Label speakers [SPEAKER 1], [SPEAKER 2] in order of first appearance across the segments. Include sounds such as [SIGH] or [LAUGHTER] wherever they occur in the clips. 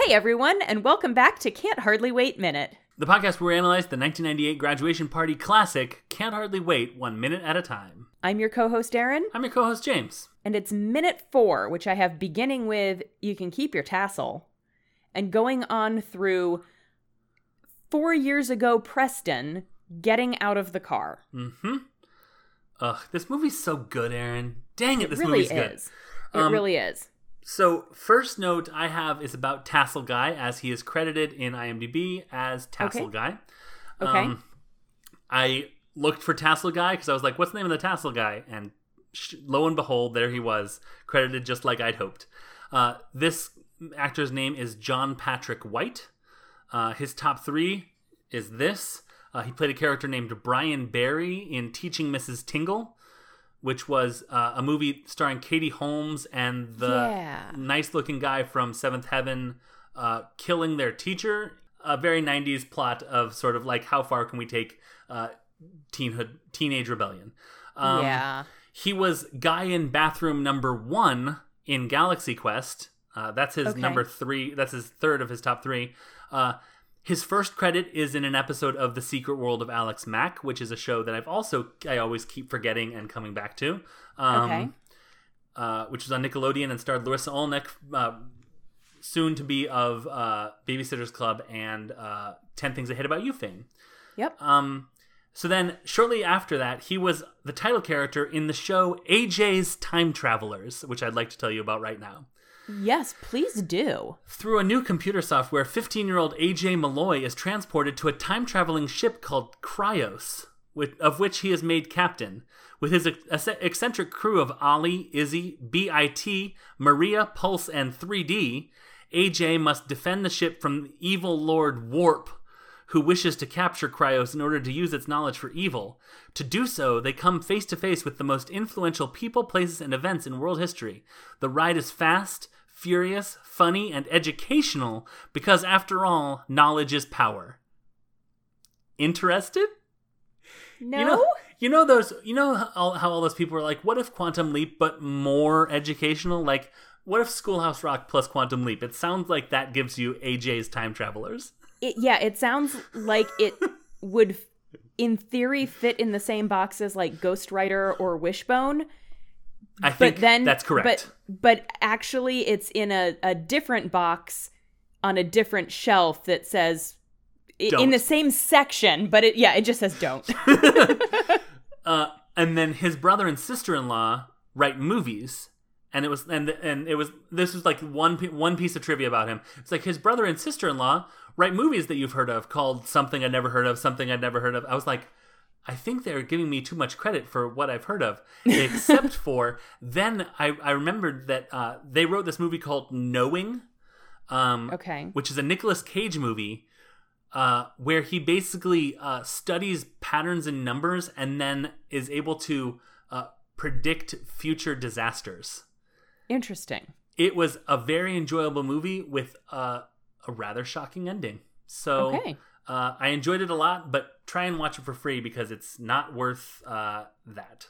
[SPEAKER 1] Hey everyone, and welcome back to Can't Hardly Wait Minute.
[SPEAKER 2] The podcast where we analyze the 1998 graduation party classic, Can't Hardly Wait, One Minute at a Time.
[SPEAKER 1] I'm your co host, Erin,
[SPEAKER 2] I'm your co host, James.
[SPEAKER 1] and it's minute four, which I have beginning with You Can Keep Your Tassel, and going on through four years ago, Preston getting out of the car.
[SPEAKER 2] Mm hmm. Ugh, this movie's so good, Aaron. Dang it, this
[SPEAKER 1] really
[SPEAKER 2] movie's good.
[SPEAKER 1] is. It
[SPEAKER 2] Um,
[SPEAKER 1] really is.
[SPEAKER 2] So, first note I have is about Tassel Guy, as he is credited in IMDb as Tassel
[SPEAKER 1] Okay.
[SPEAKER 2] Guy. um,
[SPEAKER 1] Okay.
[SPEAKER 2] I looked for Tassel Guy because I was like, what's the name of the Tassel Guy? And sh- lo and behold, there he was, credited just like I'd hoped. Uh, this actor's name is John Patrick White. Uh, his top three is this. Uh, he played a character named Brian Barry in Teaching Mrs. Tingle, which was uh, a movie starring Katie Holmes and the
[SPEAKER 1] Yeah.
[SPEAKER 2] nice looking guy from Seventh Heaven uh, killing their teacher. A very 90s plot of sort of like how far can we take uh, teenhood, teenage rebellion. Um,
[SPEAKER 1] yeah.
[SPEAKER 2] He was guy in bathroom number one in Galaxy Quest. Uh, that's his
[SPEAKER 1] Okay.
[SPEAKER 2] number three. That's his third of his top three. Uh, his first credit is in an episode of The Secret World of Alex Mack, which is a show that I've also I always keep forgetting and coming back to. Um,
[SPEAKER 1] Okay.
[SPEAKER 2] uh, which was on Nickelodeon and starred Larissa Olnick, uh, soon to be of uh, Babysitters Club and uh, Ten Things I Hate About You fame.
[SPEAKER 1] Yep.
[SPEAKER 2] Um, so then, shortly after that, he was the title character in the show AJ's Time Travelers, which I'd like to tell you about right now.
[SPEAKER 1] Yes, please do.
[SPEAKER 2] Through a new computer software, 15 year old AJ Malloy is transported to a time traveling ship called Cryos, with, of which he is made captain, with his ex- eccentric crew of Ollie, Izzy, BIT, Maria, Pulse, and 3D. AJ must defend the ship from evil Lord Warp, who wishes to capture Cryos in order to use its knowledge for evil. To do so, they come face to face with the most influential people, places, and events in world history. The ride is fast, furious, funny, and educational because, after all, knowledge is power. Interested?
[SPEAKER 1] No?
[SPEAKER 2] You know, you know those. You know how all, how all those people were like, "What if Quantum Leap, but more educational? Like, what if Schoolhouse Rock plus Quantum Leap?" It sounds like that gives you AJ's Time Travelers.
[SPEAKER 1] It, yeah, it sounds like it would, in theory, fit in the same box as like Ghost Rider or Wishbone.
[SPEAKER 2] I
[SPEAKER 1] But
[SPEAKER 2] think
[SPEAKER 1] then
[SPEAKER 2] that's correct.
[SPEAKER 1] But but actually, it's in a, a different box on a different shelf that says i- in
[SPEAKER 2] Don't.
[SPEAKER 1] the same section. But it yeah, it just says don't. [LAUGHS]
[SPEAKER 2] uh, and then his brother and sister in law write movies, and it was and and it was this was like one pi- one piece of trivia about him. It's like his brother and sister in law write movies that you've heard of called something I'd never heard of, something I'd never heard of. I was like. I think they're giving me too much credit for what I've heard of, except for then I, I remembered that uh, they wrote this movie called Knowing, um,
[SPEAKER 1] okay.
[SPEAKER 2] which is a Nicolas Cage movie uh, where he basically uh, studies patterns in numbers and then is able to uh, predict future disasters.
[SPEAKER 1] Interesting.
[SPEAKER 2] It was a very enjoyable movie with uh, a rather shocking ending. So
[SPEAKER 1] Okay.
[SPEAKER 2] uh, I enjoyed it a lot, but try and watch it for free because it's not worth uh, that.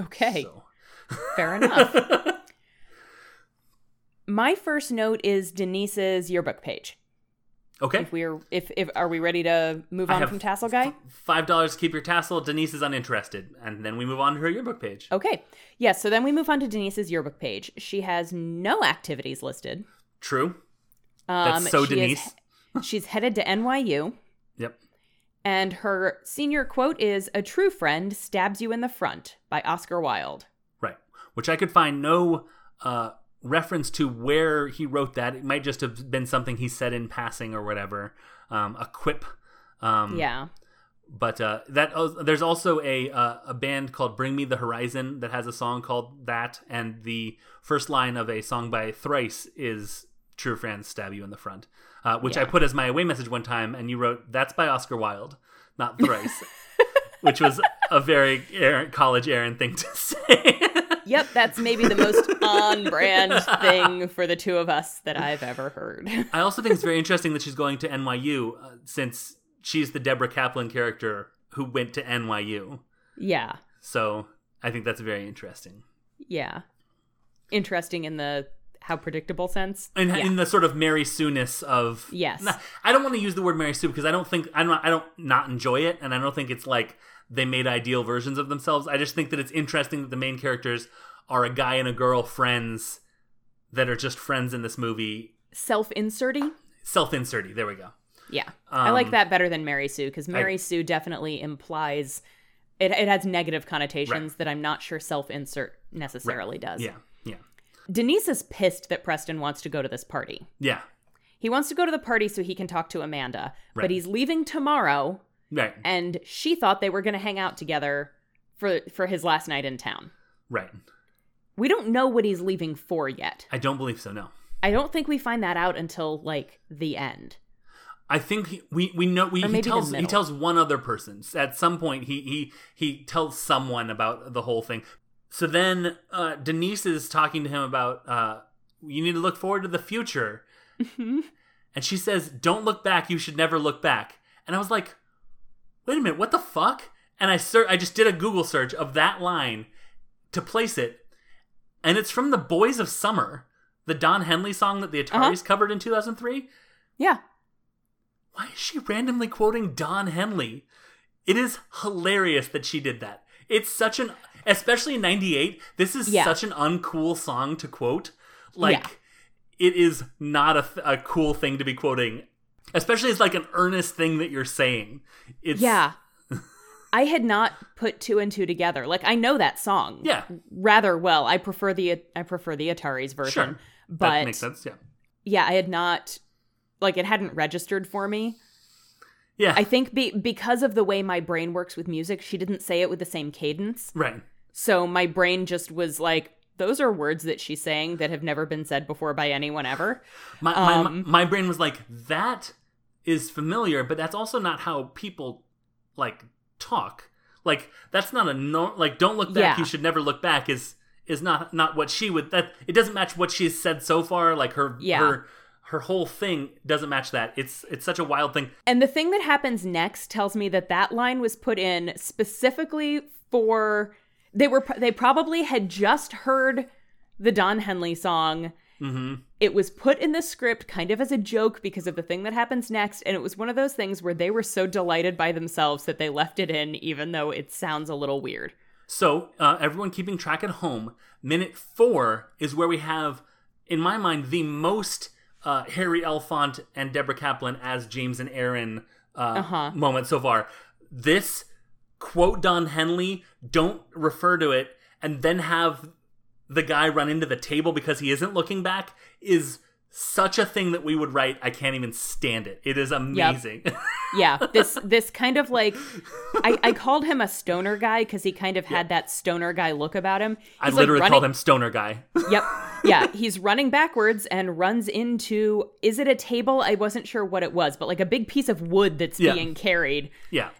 [SPEAKER 1] Okay.
[SPEAKER 2] So. [LAUGHS]
[SPEAKER 1] Fair enough. My first note is Denise's yearbook page.
[SPEAKER 2] okay.
[SPEAKER 1] If we're if if are we ready to move
[SPEAKER 2] I
[SPEAKER 1] on
[SPEAKER 2] have
[SPEAKER 1] from Tassel Guy?
[SPEAKER 2] Five dollars to keep your tassel. Denise is uninterested, and then we move on to her yearbook page.
[SPEAKER 1] Okay. Yes. so then we move on to Denise's yearbook page. She has no activities listed.
[SPEAKER 2] True.
[SPEAKER 1] Um,
[SPEAKER 2] That's so
[SPEAKER 1] she is-
[SPEAKER 2] Denise.
[SPEAKER 1] she's headed to NYU,
[SPEAKER 2] Yep.
[SPEAKER 1] and her senior quote is A true friend stabs you in the front by Oscar Wilde.
[SPEAKER 2] Right. Which I could find no uh, reference to where he wrote that. It might just have been something he said in passing or whatever, um, a quip. Um,
[SPEAKER 1] Yeah.
[SPEAKER 2] But uh, that oh, there's also a uh, a band called Bring Me the Horizon that has a song called that, and the first line of a song by Thrice is "True friends stab you in the front," uh, which I
[SPEAKER 1] Yeah.
[SPEAKER 2] put as my away message one time, and you wrote "That's by Oscar Wilde,
[SPEAKER 1] [LAUGHS]
[SPEAKER 2] not Thrice," which was a very Aaron, college Aaron thing to [LAUGHS] say.
[SPEAKER 1] Yep, that's maybe the
[SPEAKER 2] [LAUGHS]
[SPEAKER 1] most on brand thing for the two of us that I've ever heard. [LAUGHS]
[SPEAKER 2] I also think it's very interesting that she's going to NYU uh, since she's the Deborah Kaplan character who went to NYU.
[SPEAKER 1] yeah.
[SPEAKER 2] So I think that's very interesting.
[SPEAKER 1] Yeah. Interesting in the how predictable sense.
[SPEAKER 2] in,
[SPEAKER 1] yeah.
[SPEAKER 2] in the sort of Mary Sueness of
[SPEAKER 1] Yes.
[SPEAKER 2] Nah, I don't want to use the word Mary Sue because I don't think I don't I don't not enjoy it, and I don't think it's like they made ideal versions of themselves. I just think that it's interesting that the main characters are a guy and a girl friends that are just friends in this movie.
[SPEAKER 1] Self-inserty.
[SPEAKER 2] Self inserty. There we go.
[SPEAKER 1] Yeah. I like
[SPEAKER 2] Um,
[SPEAKER 1] that better than Mary Sue because Mary Sue definitely implies it, it has negative connotations that I'm not sure self insert necessarily does.
[SPEAKER 2] Yeah. Yeah.
[SPEAKER 1] Denise is pissed that Preston wants to go to this party.
[SPEAKER 2] Yeah.
[SPEAKER 1] He wants to go to the party so he can talk to Amanda,
[SPEAKER 2] Right.
[SPEAKER 1] but he's leaving tomorrow
[SPEAKER 2] Right.
[SPEAKER 1] and she thought they were going to hang out together for for his last night in town.
[SPEAKER 2] Right.
[SPEAKER 1] We don't know what he's leaving for yet.
[SPEAKER 2] I don't believe so. No.
[SPEAKER 1] I don't think we find that out until like the end. [LAUGHS]
[SPEAKER 2] I think he- we we know we
[SPEAKER 1] Or
[SPEAKER 2] he
[SPEAKER 1] maybe the
[SPEAKER 2] tells he
[SPEAKER 1] middle.
[SPEAKER 2] tells one other person at some point he he he tells someone about the whole thing. So then uh, Denise is talking to him about uh, you need to look forward to the future, and she says, "Don't look back. You should never look back." And I was like, "Wait a minute, what the fuck?" And I ser- I just did a Google search of that line to place it, and it's from the Boys of Summer, the Don Henley song that the Ataris
[SPEAKER 1] Uh-huh.
[SPEAKER 2] covered in two thousand three
[SPEAKER 1] Yeah.
[SPEAKER 2] why is she randomly quoting Don Henley? It is hilarious that she did that. It's such an, especially in 98, this is
[SPEAKER 1] Yeah.
[SPEAKER 2] such an uncool song to quote. Like,
[SPEAKER 1] Yeah.
[SPEAKER 2] it is not a, th- a cool thing to be quoting, especially as like an earnest thing that you're saying. It's, [LAUGHS]
[SPEAKER 1] Yeah. I had not put two and two together. Like I know that song
[SPEAKER 2] Yeah.
[SPEAKER 1] rather well. I prefer the I prefer the Atari's version.
[SPEAKER 2] Sure. that
[SPEAKER 1] But
[SPEAKER 2] makes sense. Yeah.
[SPEAKER 1] yeah, I had not like it hadn't registered for me.
[SPEAKER 2] Yeah.
[SPEAKER 1] I think be, because of the way my brain works with music, she didn't say it with the same cadence.
[SPEAKER 2] right.
[SPEAKER 1] So my brain just was like those are words that she's saying that have never been said before by anyone ever.
[SPEAKER 2] My, my,
[SPEAKER 1] Um,
[SPEAKER 2] my brain was like, that is familiar, but that's also not how people like talk. Like that's not a no. Like don't look
[SPEAKER 1] Yeah.
[SPEAKER 2] back. You should never look back. Is is not not what she would. That it doesn't match what she's said so far. Like her
[SPEAKER 1] Yeah.
[SPEAKER 2] her her whole thing doesn't match that. It's it's such a wild thing.
[SPEAKER 1] And the thing that happens next tells me that that line was put in specifically for they were they probably had just heard the Don Henley song.
[SPEAKER 2] hmm
[SPEAKER 1] It was put in the script kind of as a joke because of the thing that happens next and it was one of those things where they were so delighted by themselves that they left it in even though it sounds a little weird.
[SPEAKER 2] So, uh, everyone keeping track at home, minute four is where we have, in my mind, the most uh, Harry Elfont and Deborah Kaplan as James and Aaron uh,
[SPEAKER 1] Uh-huh.
[SPEAKER 2] moment so far. This quote Don Henley, don't refer to it, and then have the guy run into the table because he isn't looking back is such a thing that we would write. I can't even stand it. It is amazing. [LAUGHS]
[SPEAKER 1] Yeah, this this kind of like I, I called him a stoner guy because he kind of had that stoner guy look about him.
[SPEAKER 2] I
[SPEAKER 1] He's, like,
[SPEAKER 2] literally
[SPEAKER 1] running-
[SPEAKER 2] call him Stoner Guy. [LAUGHS]
[SPEAKER 1] Yep. Yeah. He's running backwards and runs into is it a table? I wasn't sure what it was, but like a big piece of wood that's
[SPEAKER 2] Yeah.
[SPEAKER 1] being carried.
[SPEAKER 2] yeah.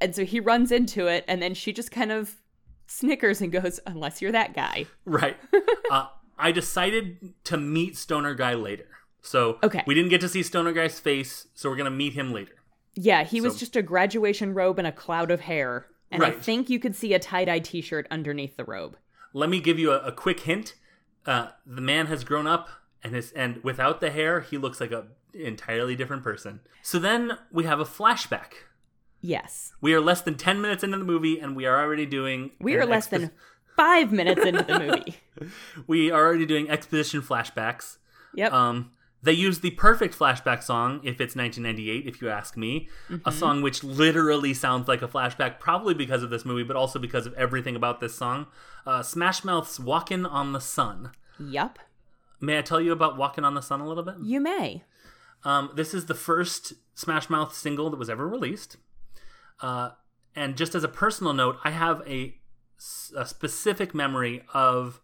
[SPEAKER 1] And so he runs into it and then she just kind of snickers and goes, Unless you're that guy.
[SPEAKER 2] Right.
[SPEAKER 1] [LAUGHS]
[SPEAKER 2] uh, I decided to meet Stoner Guy later. So
[SPEAKER 1] Okay.
[SPEAKER 2] we didn't get to see Stoner Guy's face, so we're gonna meet him later.
[SPEAKER 1] Yeah, he was
[SPEAKER 2] So-
[SPEAKER 1] just a graduation robe and a cloud of hair. And I
[SPEAKER 2] Right.
[SPEAKER 1] think you could see a tie dye t shirt underneath the robe.
[SPEAKER 2] Let me give you a, a quick hint. Uh, the man has grown up, and his and without the hair, he looks like a entirely different person. So then we have a flashback.
[SPEAKER 1] Yes.
[SPEAKER 2] We are less than ten minutes into the movie, and we are already doing.
[SPEAKER 1] We
[SPEAKER 2] an
[SPEAKER 1] are less
[SPEAKER 2] expo-
[SPEAKER 1] than five minutes into the movie.
[SPEAKER 2] [LAUGHS] We are already doing exposition flashbacks.
[SPEAKER 1] Yep.
[SPEAKER 2] Um, they use the perfect flashback song if it's 1998, if you ask me. A song which literally sounds like a flashback, probably because of this movie, but also because of everything about this song. Uh, Smash Mouth's Walkin' on the Sun.
[SPEAKER 1] yep.
[SPEAKER 2] May I tell you about Walkin' on the Sun a little bit?
[SPEAKER 1] You may.
[SPEAKER 2] Um, this is the first Smash Mouth single that was ever released. Uh, and just as a personal note, I have a, s- a specific memory of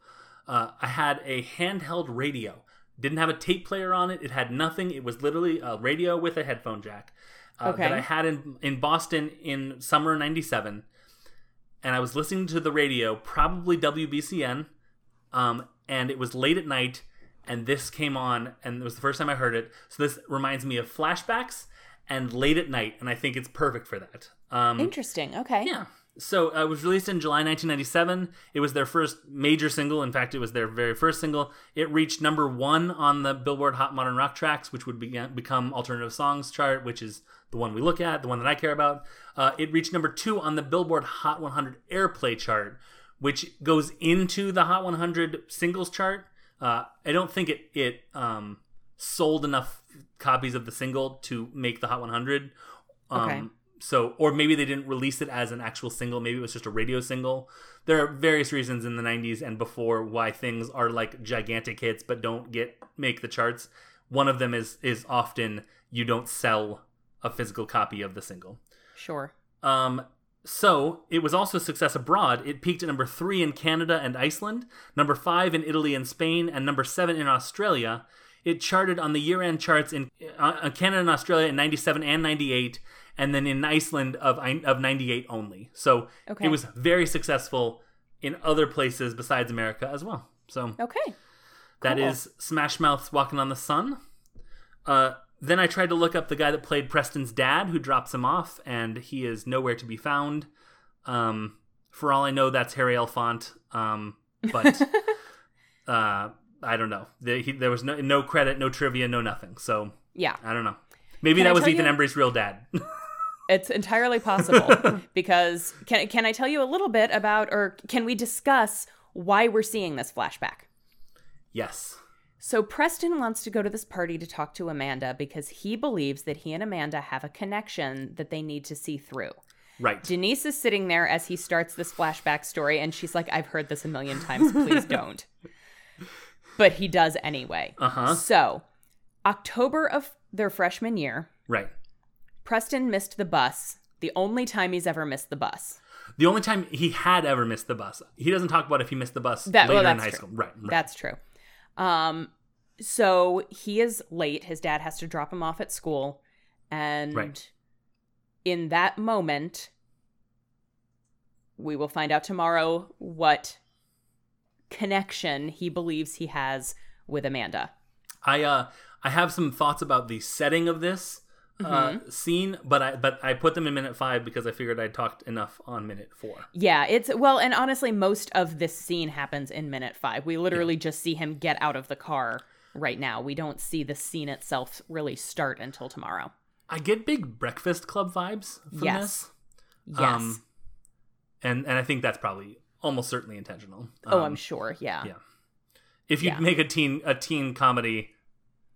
[SPEAKER 2] uh, I had a handheld radio. Didn't have a tape player on it. It had nothing. It was literally a radio with a headphone jack uh, that
[SPEAKER 1] Okay.
[SPEAKER 2] I had in in Boston in summer '97. And I was listening to the radio, probably WBCN, um, and it was late at night and this came on and it was the first time i heard it so this reminds me of flashbacks and late at night and i think it's perfect for that um,
[SPEAKER 1] Interesting. Okay.
[SPEAKER 2] yeah So uh, it was released in July 1997. It was their first major single. In fact, it was their very first single. It reached number one on the Billboard Hot Modern Rock Tracks, which would be- become Alternative Songs chart, which is the one we look at, the one that I care about. Uh, it reached number two on the Billboard Hot 100 Airplay chart, which goes into the Hot 100 singles chart. Uh, I don't think it it um, sold enough copies of the single to make the Hot 100. Um,
[SPEAKER 1] Okay.
[SPEAKER 2] So, or maybe they didn't release it as an actual single. Maybe it was just a radio single. There are various reasons in the '90s and before why things are like gigantic hits but don't get make the charts. One of them is is often you don't sell a physical copy of the single.
[SPEAKER 1] Sure.
[SPEAKER 2] Um, so it was also a success abroad. It peaked at number three in Canada and Iceland, number five in Italy and Spain, and number seven in Australia. It charted on the year-end charts in uh, uh, Canada and Australia in '97 and '98, and then in Iceland of of '98 only. So
[SPEAKER 1] Okay.
[SPEAKER 2] it was very successful in other places besides America as well. So
[SPEAKER 1] Okay.
[SPEAKER 2] that
[SPEAKER 1] Cool.
[SPEAKER 2] is Smash Mouth's Walking on the Sun. Uh, then I tried to look up the guy that played Preston's dad, who drops him off, and he is nowhere to be found. Um, for all I know, that's Harry Elfont, um,
[SPEAKER 1] [LAUGHS]
[SPEAKER 2] but uh, I don't know. There, he, there was no, no credit, no trivia, no nothing. So
[SPEAKER 1] Yeah.
[SPEAKER 2] I don't know. Maybe
[SPEAKER 1] Can I
[SPEAKER 2] that was
[SPEAKER 1] tell
[SPEAKER 2] Ethan
[SPEAKER 1] you-
[SPEAKER 2] Embry's real dad. [LAUGHS]
[SPEAKER 1] It's entirely possible because can can I tell you a little bit about or can we discuss why we're seeing this flashback?
[SPEAKER 2] yes.
[SPEAKER 1] So Preston wants to go to this party to talk to Amanda because he believes that he and Amanda have a connection that they need to see through.
[SPEAKER 2] Right.
[SPEAKER 1] Denise is sitting there as he starts this flashback story and she's like I've heard this a million times, please don't. But he does anyway.
[SPEAKER 2] Uh huh.
[SPEAKER 1] So, October of their freshman year,
[SPEAKER 2] Right.
[SPEAKER 1] Preston missed the bus, the only time he's ever missed the bus.
[SPEAKER 2] The only time he had ever missed the bus. He doesn't talk about if he missed the bus
[SPEAKER 1] That- well,
[SPEAKER 2] later in
[SPEAKER 1] that's
[SPEAKER 2] high
[SPEAKER 1] true.
[SPEAKER 2] school. Right. right.
[SPEAKER 1] That's true. Um, so he is late. His dad has to drop him off at school. And
[SPEAKER 2] Right.
[SPEAKER 1] in that moment, we will find out tomorrow what connection he believes he has with Amanda.
[SPEAKER 2] I uh I have some thoughts about the setting of this
[SPEAKER 1] Mm-hmm.
[SPEAKER 2] uh, scene, but I but I put them in minute five because I figured I talked enough on minute four.
[SPEAKER 1] Yeah, it's well, and honestly, most of this scene happens in minute five. We literally just see him get out of the car right now. We don't see the scene itself really start until tomorrow.
[SPEAKER 2] I get big Breakfast Club vibes from
[SPEAKER 1] Yes.
[SPEAKER 2] this,
[SPEAKER 1] Yes.
[SPEAKER 2] Um, and and I think that's probably almost certainly intentional.
[SPEAKER 1] oh,
[SPEAKER 2] Um,
[SPEAKER 1] I'm sure. Yeah.
[SPEAKER 2] yeah. If you
[SPEAKER 1] yeah.
[SPEAKER 2] make a teen a teen comedy,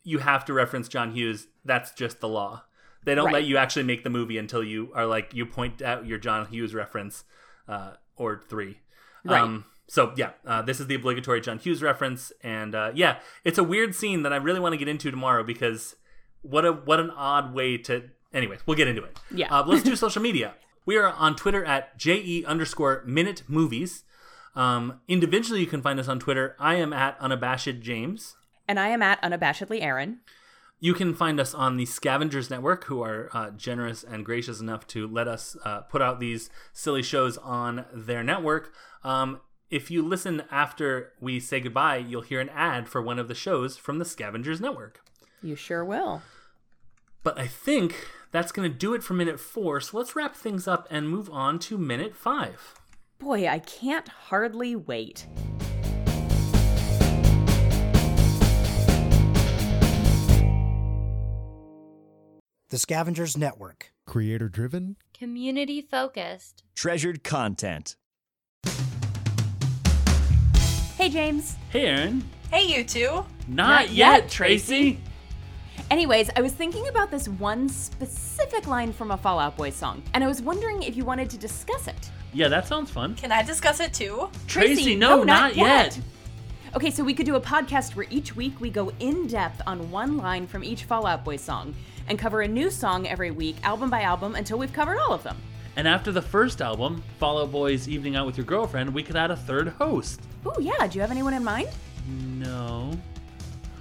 [SPEAKER 2] you have to reference John Hughes. That's just the law. They don't
[SPEAKER 1] Right.
[SPEAKER 2] let you actually make the movie until you are like you point out your John Hughes reference uh, or three. Um,
[SPEAKER 1] Right.
[SPEAKER 2] so yeah, uh, this is the obligatory John Hughes reference, and uh, yeah, it's a weird scene that I really want to get into tomorrow because what a what an odd way to. Anyways, we'll get into it.
[SPEAKER 1] Yeah.
[SPEAKER 2] Uh, let's do social media. We are on Twitter at je underscore minute movies. Um, individually, you can find us on Twitter. I am at unabashed James.
[SPEAKER 1] And I am at unabashedly Aaron.
[SPEAKER 2] You can find us on the Scavengers Network, who are uh, generous and gracious enough to let us uh, put out these silly shows on their network. Um, if you listen after we say goodbye, you'll hear an ad for one of the shows from the Scavengers Network.
[SPEAKER 1] You sure will.
[SPEAKER 2] But I think that's going to do it for minute four, so let's wrap things up and move on to minute five.
[SPEAKER 1] Boy, I can't hardly wait.
[SPEAKER 3] The Scavengers Network.
[SPEAKER 4] Creator driven?
[SPEAKER 5] Community focused.
[SPEAKER 6] Treasured content.
[SPEAKER 1] Hey, James.
[SPEAKER 2] Hey, Aaron.
[SPEAKER 7] Hey, you two.
[SPEAKER 2] Not,
[SPEAKER 1] yet,
[SPEAKER 2] Tracy.
[SPEAKER 1] Anyways, I was thinking about this one specific line from a Fallout Boy song, and I was wondering if you wanted to discuss it.
[SPEAKER 2] Yeah, that sounds fun.
[SPEAKER 7] Can I discuss it too?
[SPEAKER 1] Tracy, Tracy, no, no, not not yet. yet. Okay, so we could do a podcast where each week we go in depth on one line from each Fallout Boy song and cover a new song every week, album by album, until we've covered all of them.
[SPEAKER 2] And after the first album, Follow Boy's Evening Out with Your Girlfriend, we could add a third host.
[SPEAKER 1] Ooh, yeah. Do you have anyone in mind?
[SPEAKER 2] No.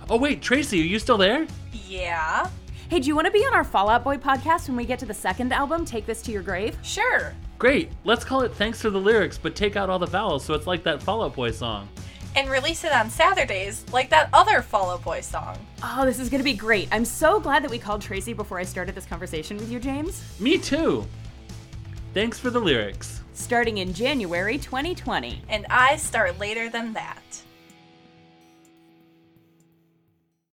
[SPEAKER 2] Oh, wait, Tracy, are you still there?
[SPEAKER 7] Yeah.
[SPEAKER 1] Hey, do you want to be on our Fallout Boy podcast when we get to the second album, Take This to Your Grave?
[SPEAKER 7] Sure.
[SPEAKER 2] Great. Let's call it Thanks for the Lyrics, but take out all the vowels so it's like that Fall Out Boy song.
[SPEAKER 7] And release it on Saturdays, like that other Fall Out Boy song.
[SPEAKER 1] Oh, this is going to be great. I'm so glad that we called Tracy before I started this conversation with you, James.
[SPEAKER 2] Me too. Thanks for the lyrics.
[SPEAKER 1] starting in January 2020.
[SPEAKER 7] And I start later than that.